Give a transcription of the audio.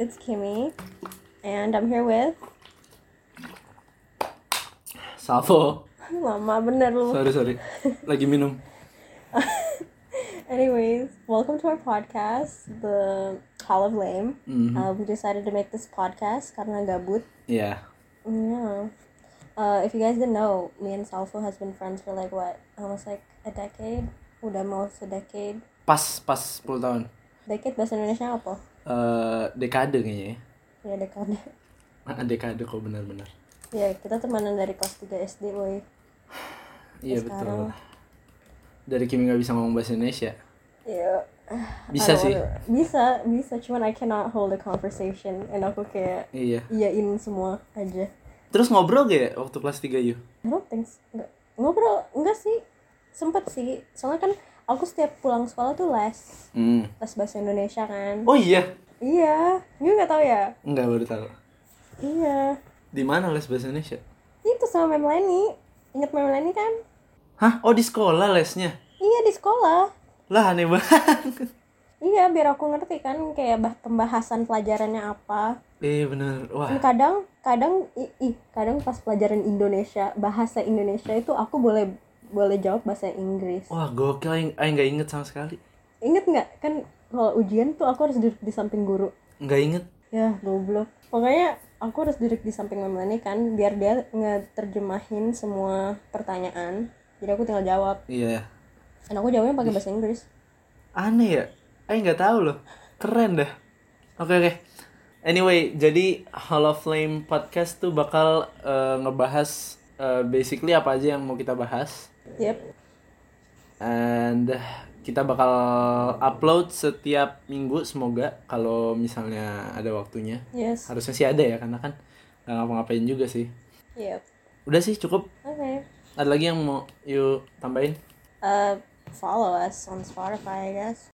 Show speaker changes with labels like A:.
A: It's Kimmy, and I'm here with
B: Salvo.
A: lama bener lu.
B: Sorry, sorry. Lagi minum.
A: Anyways, welcome to our podcast, the Hall of Lame.
B: Mhm. Mm-hmm.
A: Uh, we decided to make this podcast karena gabut.
B: Iya.
A: Yeah. Uh, if you guys didn't know, me and Salvo has been friends for like what, almost like a decade. Udah mau se decade.
B: Pas pas 10 tahun.
A: Decade bahasa Indonesia apa?
B: Eh dekade kayaknya ya.
A: Ya dekade.
B: Ah, Dekade kok benar-benar.
A: Ya kita temanan dari kelas 3 SD, boy.
B: Iya
A: Sekarang.
B: betul. Dari Kimi nggak bisa ngomong bahasa Indonesia.
A: Ya. I
B: Bisa
A: don't
B: sih.
A: wanna- Bisa, bisa. Cuman I cannot hold a conversation, and aku kayak
B: Iya.
A: iyain semua aja
B: Terus ngobrol gak ya waktu kelas 3 yuk?
A: I don't think s- nggak ngobrol enggak sih sempet sih soalnya kan aku setiap pulang sekolah tuh les
B: Hmm.
A: les bahasa Indonesia kan
B: Oh iya.
A: iya you nggak tahu ya
B: Enggak baru tahu.
A: iya
B: Di mana les bahasa Indonesia?
A: itu sama Mem Leni ingat Mem Leni kan
B: Hah? Oh di sekolah lesnya.
A: iya di sekolah
B: Lah aneh banget.
A: iya biar aku ngerti kan kayak bah- pembahasan pelajarannya apa
B: Eh bener.
A: Dan
B: Wah.
A: Kan kadang kadang i- ih kadang pas pelajaran Indonesia bahasa Indonesia itu aku boleh boleh jawab bahasa Inggris
B: Wah gokil. Aing- Aing nggak inget sama sekali.
A: Ingat nggak kan kalau ujian tuh aku harus duduk di samping guru.
B: Nggak inget.
A: Ya goblok. Pokoknya aku harus duduk di samping Memlani kan biar dia ngeterjemahin semua pertanyaan. Jadi aku tinggal jawab.
B: Iya.
A: Dan aku jawabnya pakai bahasa Inggris.
B: aneh ya eh nggak tahu loh keren dah oke oke anyway jadi Hall of Flame podcast tuh bakal eh, ngebahas eh, basically apa aja yang mau kita bahas
A: Yep.
B: and kita bakal upload setiap minggu semoga kalau misalnya ada waktunya
A: Yes.
B: harusnya sih ada ya karena kan nggak ngapa-ngapain juga sih
A: Yep.
B: udah sih cukup
A: Oke.
B: ada lagi yang mau yuk tambahin
A: Uh, follow us on Spotify, I guess.